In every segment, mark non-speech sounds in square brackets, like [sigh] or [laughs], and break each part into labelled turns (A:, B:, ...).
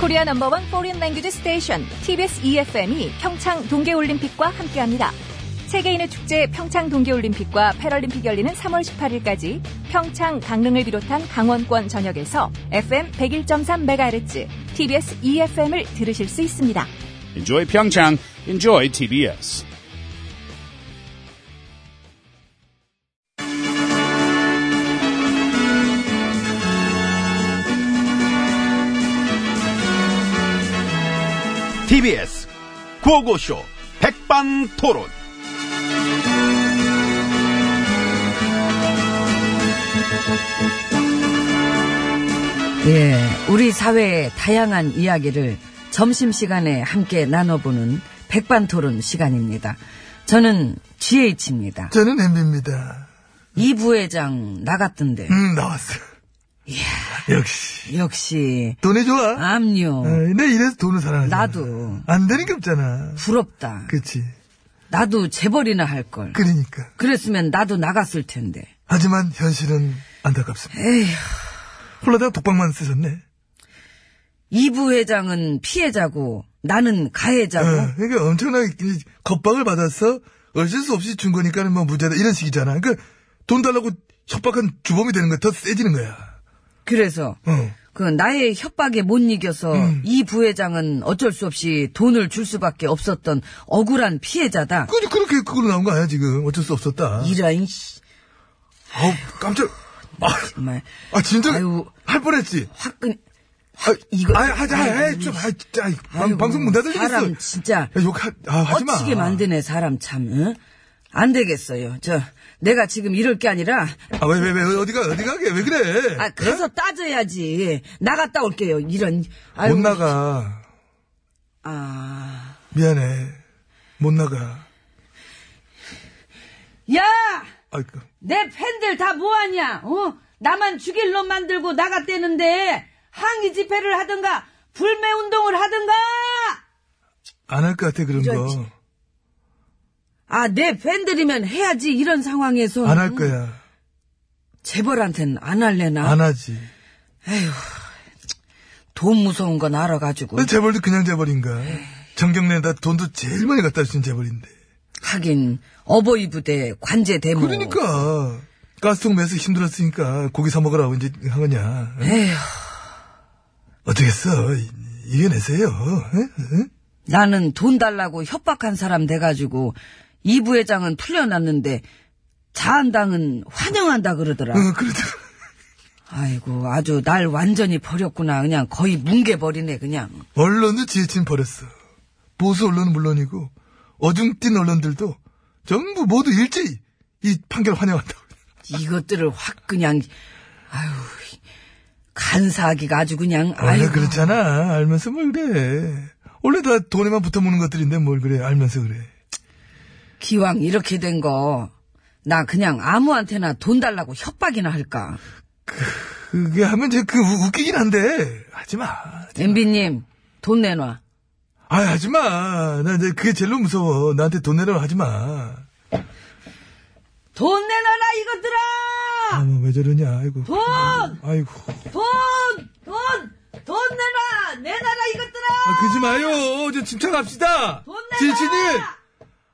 A: 코리아 넘버원 포린 랭귀지 스테이션 TBS EFM이 평창 동계올림픽과 함께합니다. 세계인의 축제 평창 동계올림픽과 패럴림픽 열리는 3월 18일까지 평창, 강릉을 비롯한 강원권 전역에서 FM 101.3MHz, TBS EFM을 들으실 수 있습니다.
B: Enjoy Pyeongchang. Enjoy TBS.
C: TBS 구호고쇼 백반토론.
D: 예, 우리 사회의 다양한 이야기를 점심시간에 함께 나눠보는 백반토론 시간입니다. 저는 GH입니다.
E: 저는 엠비입니다.
D: 이 부회장 나갔던데
E: 음, 나왔어. 역시.
D: 역시
E: 돈이 좋아. 어,
D: 암요
E: 내 이래서 돈을 사랑하잖아.
D: 나도.
E: 안 되는 게 없잖아.
D: 부럽다.
E: 그치.
D: 나도 재벌이나 할 걸.
E: 그러니까.
D: 그랬으면 나도 나갔을 텐데.
E: 하지만 현실은 안타깝습니다.
D: 에휴,
E: 홀라다가 독방만 쓰셨네.
D: 이 부회장은 피해자고 나는 가해자고.
E: 어, 그러니까 엄청나게 이 겁박을 받아서 어쩔 수 없이 준 거니까는 뭐 무죄다 이런 식이잖아. 그러니까 돈 달라고 협박한 주범이 되는 거 더 세지는 거야.
D: 그래서
E: 어.
D: 그 나의 협박에 못 이겨서
E: 음.
D: 이 부회장은 어쩔 수 없이 돈을 줄 수밖에 없었던 억울한 피해자다.
E: 그, 그렇게 그걸로 나온 거 아니야 지금. 어쩔 수 없었다.
D: 이런 씨
E: 아우 깜짝. 아,
D: 정말
E: 아 진짜
D: 아유.
E: 할 뻔했지.
D: 화끈
E: 아,
D: 이거-
E: 아, 하자, 아,
D: 아이고,
E: 좀, 아, 진짜, 아이, 방-
D: 아이고,
E: 방송 문 닫으시겠어.
D: 사람 진짜
E: 야, 욕하, 아, 하지 마.
D: 어찌게 만드네 사람 참. 응? 안 되겠어요. 저 내가 지금 이럴 게 아니라
E: 아, 왜, 왜, 왜, 어디가, 어디 가게, 왜 그래? 어?
D: 아 가서 따져야지. 나갔다 올게요. 이런 아이고,
E: 못 나가.
D: 아.
E: 미안해. 못 나가.
D: 야!
E: 아, 그,
D: 내 팬들 다 뭐하냐? 어? 나만 죽일 놈 만들고 나갔대는데 항의 집회를 하든가 불매 운동을 하든가.
E: 안 할 것 같아, 그런
D: 이러지.
E: 거.
D: 아, 내 팬들이면 해야지 이런 상황에서. 음,
E: 안 할 거야.
D: 재벌한텐 안 할래나.
E: 안 하지.
D: 돈 무서운 건 알아가지고.
E: 재벌도 그냥 재벌인가.
D: 네.
E: 정경래에다 돈도 제일 많이 갖다 준 재벌인데.
D: 어. 하긴 어버이 부대 관제 대모.
E: 그러니까. 가스통 매서 힘들었으니까 고기 사 먹으라고 이제 한 거냐. 어?
D: 에휴,
E: 어떻겠어. 이- 이겨내세요. 어? 에? 에?
D: 나는 돈 달라고 협박한 사람 돼가지고 이 부회장은 풀려났는데 자한당은 환영한다 그러더라.
E: 어, 그러더라.
D: 아이고 아주 날 완전히 버렸구나 그냥 거의 뭉개버리네 그냥
E: 언론도 지혜친 버렸어. 보수 언론은 물론이고 어중뛴 언론들도 전부 모두 일제히 이 판결 환영한다고.
D: 이것들을 확 그냥 아유 간사하기가 아주 그냥
E: 원래
D: 아이고
E: 그렇잖아. 알면서 뭘 그래. 원래 다 돈에만 붙어먹는 것들인데 뭘 그래. 알면서 그래.
D: 기왕 이렇게 된 거 나 그냥 아무한테나 돈 달라고 협박이나 할까
E: 그게 하면 이제 그 우- 웃기긴 한데 하지 마.
D: 엠비님 돈 내놔
E: 아 하지 마. 나 이제 그게 제일로 무서워. 나한테 돈 내라고 하지 마.
D: 돈 내놔라 이것들아
E: 아뭐 왜 저러냐. 아이고.
D: 돈!
E: 아이고.
D: 돈! 돈! 돈 내놔 내놔라 이것들아
E: 아 그러지 마요. 좀 침착합시다.
D: 돈 내놔!
E: 지친이.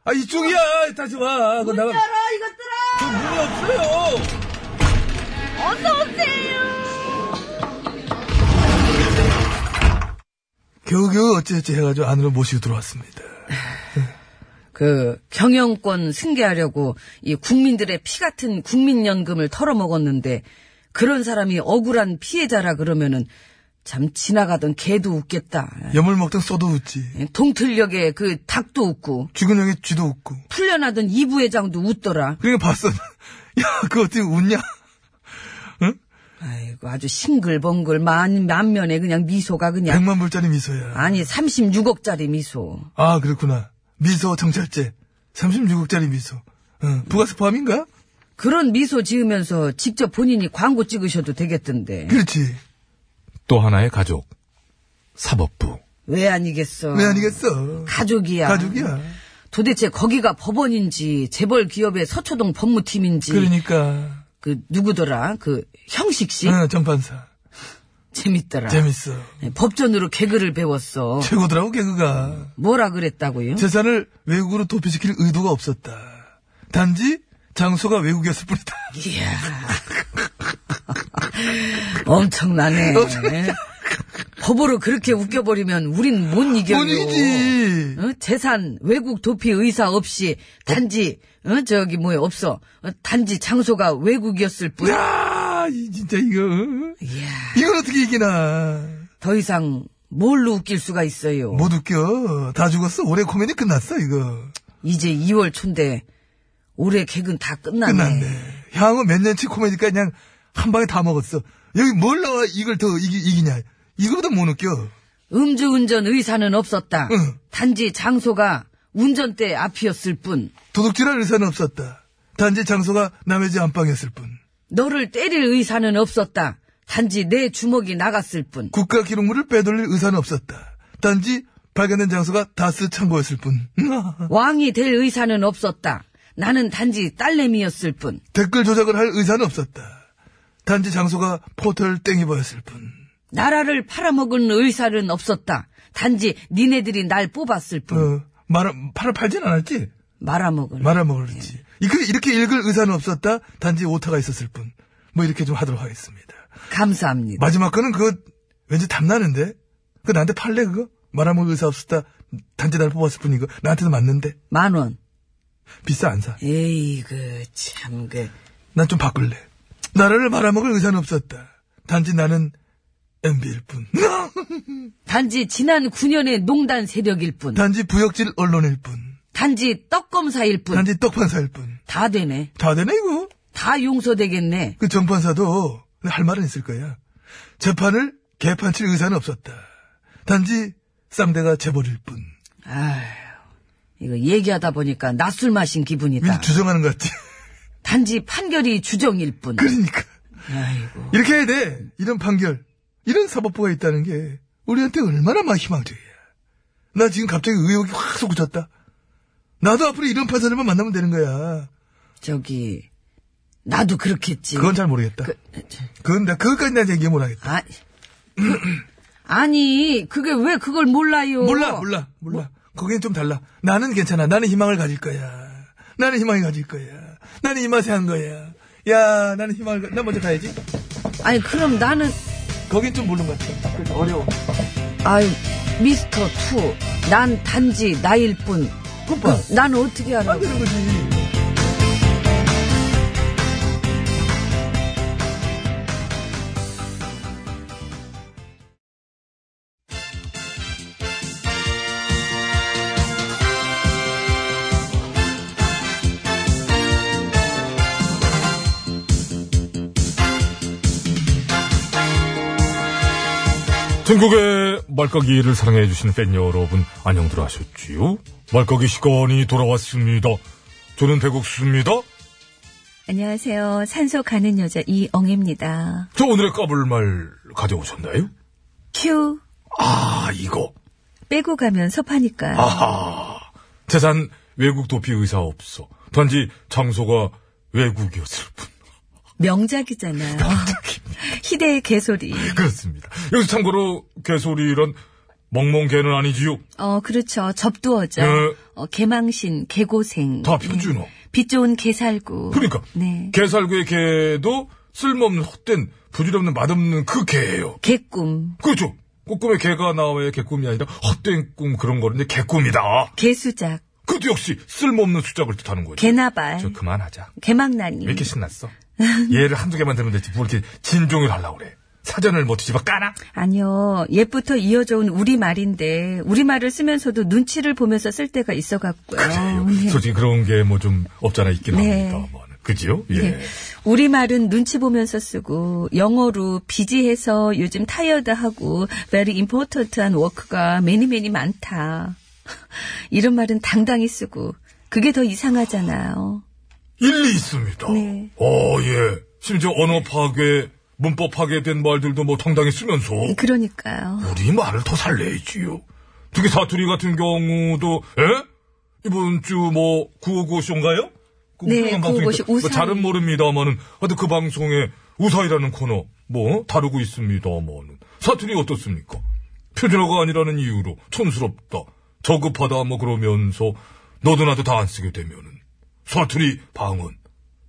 E: 아 이쪽이야. 다시 와. 그거 나가.
D: 열어 이것들아
E: 문이 없어요. 겨우겨우 어찌어찌 해가지고 안으로 모시고 들어왔습니다.
D: 그 경영권 승계하려고 이 국민들의 피 같은 국민연금을 털어먹었는데 그런 사람이 억울한 피해자라 그러면은 참 지나가던 개도 웃겠다. 예?
E: 염을 먹던 쏘도 웃지.
D: 동틀녘에 그 닭도 웃고
E: 죽은 형의 쥐도 웃고.
D: 풀려나던 이 부회장도 웃더라.
E: 그러니까 봤어. [laughs] 야, 그거 어떻게 웃냐?
D: 아이고 아주 싱글벙글 만 만면에 그냥 미소가 그냥
E: 100만 불짜리 미소야.
D: 아니 36억짜리 미소.
E: 아, 그렇구나. 미소 정찰제. 36억짜리 미소. 어, 부가세 포함인가?
D: 그런 미소 지으면서 직접 본인이 광고 찍으셔도 되겠던데.
E: 그렇지.
C: 또 하나의 가족 사법부.
D: 왜 아니겠어?
E: 왜 아니겠어.
D: 가족이야.
E: 가족이야.
D: 도대체 거기가 법원인지 재벌 기업의 서초동 법무팀인지 그
E: 그러니까.
D: 누구더라 그 형식 씨
E: 어, 정판사.
D: 재밌더라. 네,
E: 재밌어.
D: 법전으로 개그를 배웠어.
E: 최고더라고 개그가.
D: 뭐라 그랬다고요?
E: 재산을 외국으로 도피시킬 의도가 없었다. 단지 장소가 외국이었을 뿐이다.
D: 이야. [laughs] 엄청나네.
E: 엄청나.
D: 법으로 그렇게 웃겨버리면 우린 못 이겨요.
E: 뿐이지.
D: 어? 재산, 외국 도피 의사 없이 단지 어? 저기 뭐야 없어. 어? 단지 장소가 외국이었을 뿐.
E: 야, 이 진짜 이거
D: 이야.
E: 이걸 어떻게 이기나?
D: 더 이상 뭘로 웃길 수가 있어요.
E: 못 웃겨. 다 죽었어. 올해 코미디 끝났어 이거.
D: 이제 2월 초인데 올해 개근 다 끝났네.
E: 아, 끝났네. 향후 몇 년치 코미디까 그냥 한 방에 다 먹었어. 여기 뭘 나와 이걸 더 이기, 이기냐? 이거보다 못 웃겨.
D: 음주운전 의사는 없었다.
E: 응.
D: 단지 장소가 운전대 앞이었을 뿐.
E: 도둑질할 의사는 없었다. 단지 장소가 남의 집 안방이었을 뿐.
D: 너를 때릴 의사는 없었다. 단지 내 주먹이 나갔을 뿐.
E: 국가 기록물을 빼돌릴 의사는 없었다. 단지 발견된 장소가 다스 창고였을 뿐. [laughs]
D: 왕이 될 의사는 없었다. 나는 단지 딸내미였을 뿐.
E: 댓글 조작을 할 의사는 없었다. 단지 장소가 포털 땡이버였을 뿐.
D: 나라를 팔아먹은 의사는 없었다. 단지 니네들이 날 뽑았을 뿐.
E: 어, 말, 팔을 팔진 않았지?
D: 말아먹을.
E: 말아먹을지. 이렇게, 이렇게 읽을 의사는 없었다. 단지 오타가 있었을 뿐. 뭐 이렇게 좀 하도록 하겠습니다.
D: 감사합니다.
E: 마지막 거는 그거 왠지 탐나는데? 그거 나한테 팔래 그거? 말아먹을 의사 없었다. 단지 날 뽑았을 뿐 이거. 나한테도 맞는데?
D: 만 원.
E: 비싸 안 사.
D: 에이, 그, 참, 그.
E: 난 좀 바꿀래. 나라를 말아먹을 의사는 없었다. 단지 나는 MB일 뿐. [laughs]
D: 단지 지난 9년의 농단 세력일 뿐.
E: 단지 부역질 언론일 뿐.
D: 단지 떡검사일 뿐.
E: 단지 떡판사일 뿐.
D: 다 되네.
E: 다 되네 이거.
D: 다 용서되겠네.
E: 그 정판사도 할 말은 있을 거야. 재판을 개판칠 의사는 없었다. 단지 쌍대가 재벌일 뿐.
D: 아휴, 이거 얘기하다 보니까 낮술 마신
E: 미리
D: 기분이다.
E: 주정하는 것 같지.
D: 단지 판결이 주정일 뿐.
E: 그러니까. [laughs]
D: 아이고.
E: 이렇게 해야 돼. 이런 판결. 이런 사법부가 있다는 게 우리한테 얼마나 막 희망적이야. 나 지금 갑자기 의욕이 확 솟구쳤다. 나도 앞으로 이런 판사들만 만나면 되는 거야.
D: 저기, 나도 그렇겠지.
E: 그건 잘 모르겠다.
D: 그, 저,
E: 그건 나, 그것까지 나 얘기 못하겠다.
D: 아, 그, 아니, 그게 왜 그걸 몰라요?
E: 몰라, 몰라, 몰라. 거긴 좀 달라. 나는 괜찮아. 나는 희망을 가질 거야. 나는 희망을 가질 거야. 나는 이 맛에 한 거야. 야, 나는 희망을, 가... 나 먼저 가야지.
D: 아니, 그럼 나는,
E: 거긴 좀 모르는 것 같아. 그래서 그러니까 어려워.
D: 아유, 미스터 투. 난 단지 나일 뿐.
E: 굿바.
D: 그럼 난 어떻게
E: 안
D: 하라고.
E: 되는 거지.
F: 전국의 말까기를 사랑해주시는 팬 여러분, 안녕들 하셨지요? 말까기 시간이 돌아왔습니다. 저는 배국수입니다.
G: 안녕하세요. 산소 가는 여자 이엉입니다.
F: 저 오늘의 까불말 가져오셨나요?
G: 큐
F: 아, 이거.
G: 빼고 가면 섭하니까
F: 아하. 재산 외국 도피 의사 없어. 단지 장소가 외국이었을 뿐. [laughs]
G: 명작이잖아요. 희대의 개소리.
F: 그렇습니다. 여기서 참고로 개소리란 멍멍개는 아니지요.
G: 어 그렇죠. 접두어죠.
F: 네.
G: 어, 개망신, 개고생.
F: 다 표준어.
G: 빛 좋은 개살구.
F: 그러니까
G: 네.
F: 개살구의 개도 쓸모없는 헛된 부질없는 맛없는 그 개예요.
G: 개꿈,
F: 그렇죠. 꿈꿈에 개가 나와야 개꿈이 아니라 헛된 꿈 그런 거는 이제 개꿈이다.
G: 개수작,
F: 그것도 역시 쓸모없는 수작을 뜻하는 거죠.
G: 개나발,
F: 저 그만하자.
G: 개망나니.
F: 왜 이렇게 신났어? [laughs] 얘를 한두 개만 들으면 되지. 뭘 이렇게 진종을 하려고 그래. 사전을 뭐 뒤집어 까나?
G: 아니요. 옛부터 이어져 온 우리 말인데 우리 말을 쓰면서도 눈치를 보면서 쓸 때가 있어갖고요.
F: 그래요.
G: 네.
F: 솔직히 그런 게 뭐 좀 없잖아 있긴
G: 네.
F: 합니다만. 그지요? 예.
G: 예. 우리말은 눈치 보면서 쓰고 영어로 비지해서 요즘 타이어드 하고 very important한 워크가 매니 매니 많다. 이런 말은 당당히 쓰고 그게 더 이상하잖아요.
F: 일리 있습니다.
G: 네.
F: 어, 예. 심지어 언어 파괴, 문법 파괴된 말들도 뭐 당당히 쓰면서.
G: 그러니까요.
F: 우리 말을 더 살려야지요. 특히 사투리 같은 경우도, 에? 이번 주 뭐, 959쇼인가요? 그
G: 네, 955쇼 우사히.
F: 잘은 모릅니다만은, 하여튼 그 방송에 뭐, 우사이라는 코너, 뭐, 다루고 있습니다만은. 사투리 어떻습니까? 표준어가 아니라는 이유로 촌스럽다, 저급하다 뭐 그러면서 너도 나도 다 안 쓰게 되면은 사투리 방언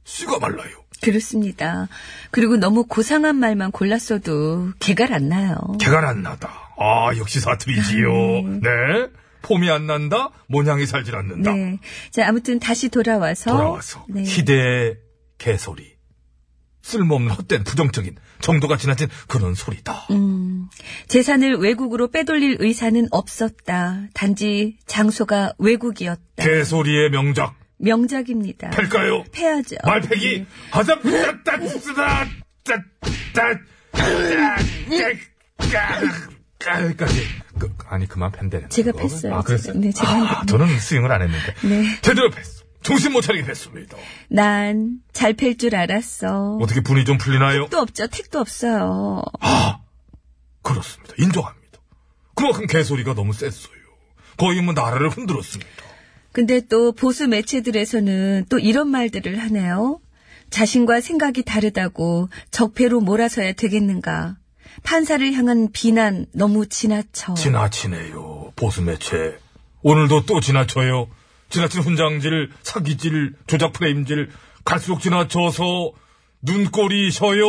F: 씨가 말라요.
D: 그렇습니다. 그리고 너무 고상한 말만 골랐어도 개갈 안 나요.
F: 개가 안 나다. 아 역시 사투리지요. 네. 폼이 안 난다. 모양이 살질 않는다.
D: 네. 자, 아무튼 다시 돌아와서.
F: 돌아와서
D: 네.
F: 희대의 개소리. 쓸모없는 헛된 부정적인 정도가 지나친 그런 소리다.
D: 음, 재산을 외국으로 빼돌릴 의사는 없었다. 단지 장소가 외국이었다.
F: 개소리의 명작.
D: 명작입니다.
F: 팰까요?
D: 패야죠. 네.
F: 말패기. 하자. 따따쓰다. 따따까지. 아니 그만 팬데.
D: 제가 팼어요,
F: 아 그랬어요.
D: 지금. 네, 제가 한
F: 아, 저는 스윙을 안 했는데.
D: 네.
F: 제대로 팼어. 정신 못 차리게 팼습니다.
D: 난 잘 팰 줄 알았어.
F: 어떻게 분이 좀 풀리나요?
D: 택도 없죠. 택도 없어요.
F: 그렇습니다. 인정합니다. 그만큼 개소리가 너무 셌어요. 거의 뭐 나라를 흔들었습니다.
D: 근데 또 보수 매체들에서는 또 이런 말들을 하네요. 자신과 생각이 다르다고 적폐로 몰아서야 되겠는가. 판사를 향한 비난 너무 지나쳐.
F: 지나치네요. 보수 매체. 오늘도 또 지나쳐요. 지나친 훈장질, 사기질, 조작 프레임질. 갈수록 지나쳐서 눈꼴이 셔요.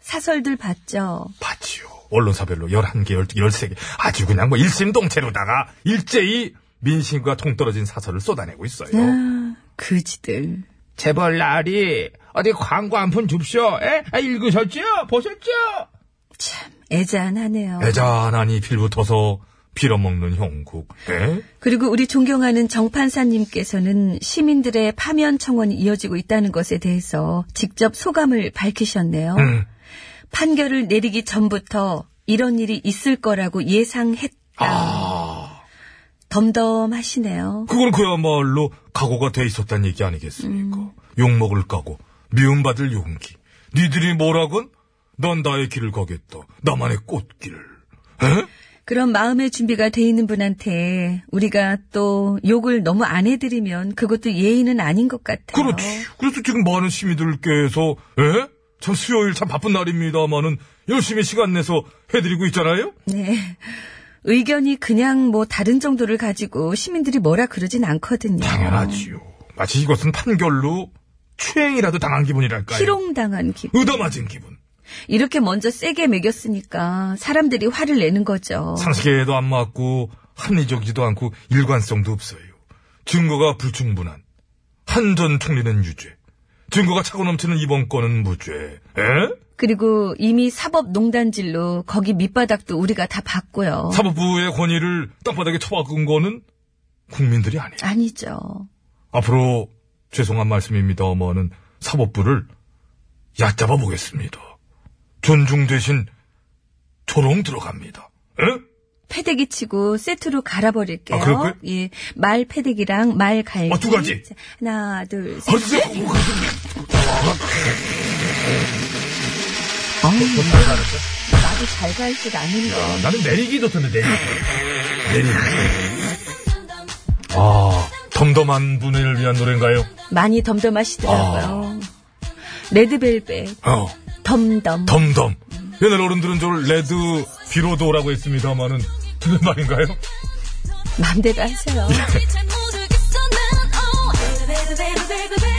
D: 사설들 봤죠.
F: 봤지요. 언론사별로 11개, 12개, 13개. 아주 그냥 뭐 일심동체로다가 일제히 민심과 동떨어진 사설을 쏟아내고 있어요.
D: 아, 그지들.
F: 재벌 날이 어디 광고 한 푼 줍쇼. 에? 아, 읽으셨죠? 보셨죠?
D: 애잔하네요.
F: 애잔하니 빌붙어서 빌어먹는 형국. 에?
D: 그리고 우리 존경하는 정판사님께서는 시민들의 파면 청원이 이어지고 있다는 것에 대해서 직접 소감을 밝히셨네요.
F: 음.
D: 판결을 내리기 전부터 이런 일이 있을 거라고 예상했다.
F: 아.
D: 덤덤하시네요.
F: 그건 그야말로 각오가 돼 있었단 얘기 아니겠습니까? 욕먹을 각오, 미움받을 용기. 니들이 뭐라건 난 나의 길을 가겠다. 나만의 꽃길. 에?
D: 그런 마음의 준비가 돼 있는 분한테 우리가 또 욕을 너무 안 해드리면 그것도 예의는 아닌 것 같아요.
F: 그렇지. 그래서 지금 많은 시민들께서 에? 참 수요일 참 바쁜 날입니다만은 열심히 시간 내서 해드리고 있잖아요.
D: 네. 의견이 그냥 뭐 다른 정도를 가지고 시민들이 뭐라 그러진 않거든요.
F: 당연하지요. 마치 이것은 판결로 추행이라도 당한 기분이랄까요.
D: 희롱당한 기분.
F: 의담맞은 기분.
D: 이렇게 먼저 세게 매겼으니까 사람들이 화를 내는 거죠.
F: 상식에도 안 맞고 합리적이지도 않고 일관성도 없어요. 증거가 불충분한 한 전 총리는 유죄. 증거가 차고 넘치는 이번 건은 무죄. 에?
D: 그리고 이미 사법농단질로 거기 밑바닥도 우리가 다 봤고요.
F: 사법부의 권위를 땅바닥에 처박은 거는 국민들이 아니에요.
D: 아니죠.
F: 앞으로 죄송한 말씀입니다만은 사법부를 얕잡아 보겠습니다. 존중 대신 조롱 들어갑니다. 에?
D: 패대기 치고 세트로 갈아버릴게요.
F: 아, 그럴까요?
D: 예. 말 패대기랑 말 갈기.
F: 아, 두 가지?
D: 자, 하나, 둘, 셋.
F: 어디서
D: 나도 잘 갈 줄 아는데.
F: 나는 내리기 좋던데 내리기. 내리기. 아 덤덤한 분을 위한 노래인가요?
D: 많이
F: 아.
D: 덤덤하시더라고요. 레드벨벳,
F: 어
D: 덤덤.
F: 덤덤. 옛날 어른들은 저를 레드 비로도라고 했습니다마는 틀린 말인가요?
D: 맘대로 하세요.
H: 잘 모르겠어 난 oh. Baby, baby, baby, baby,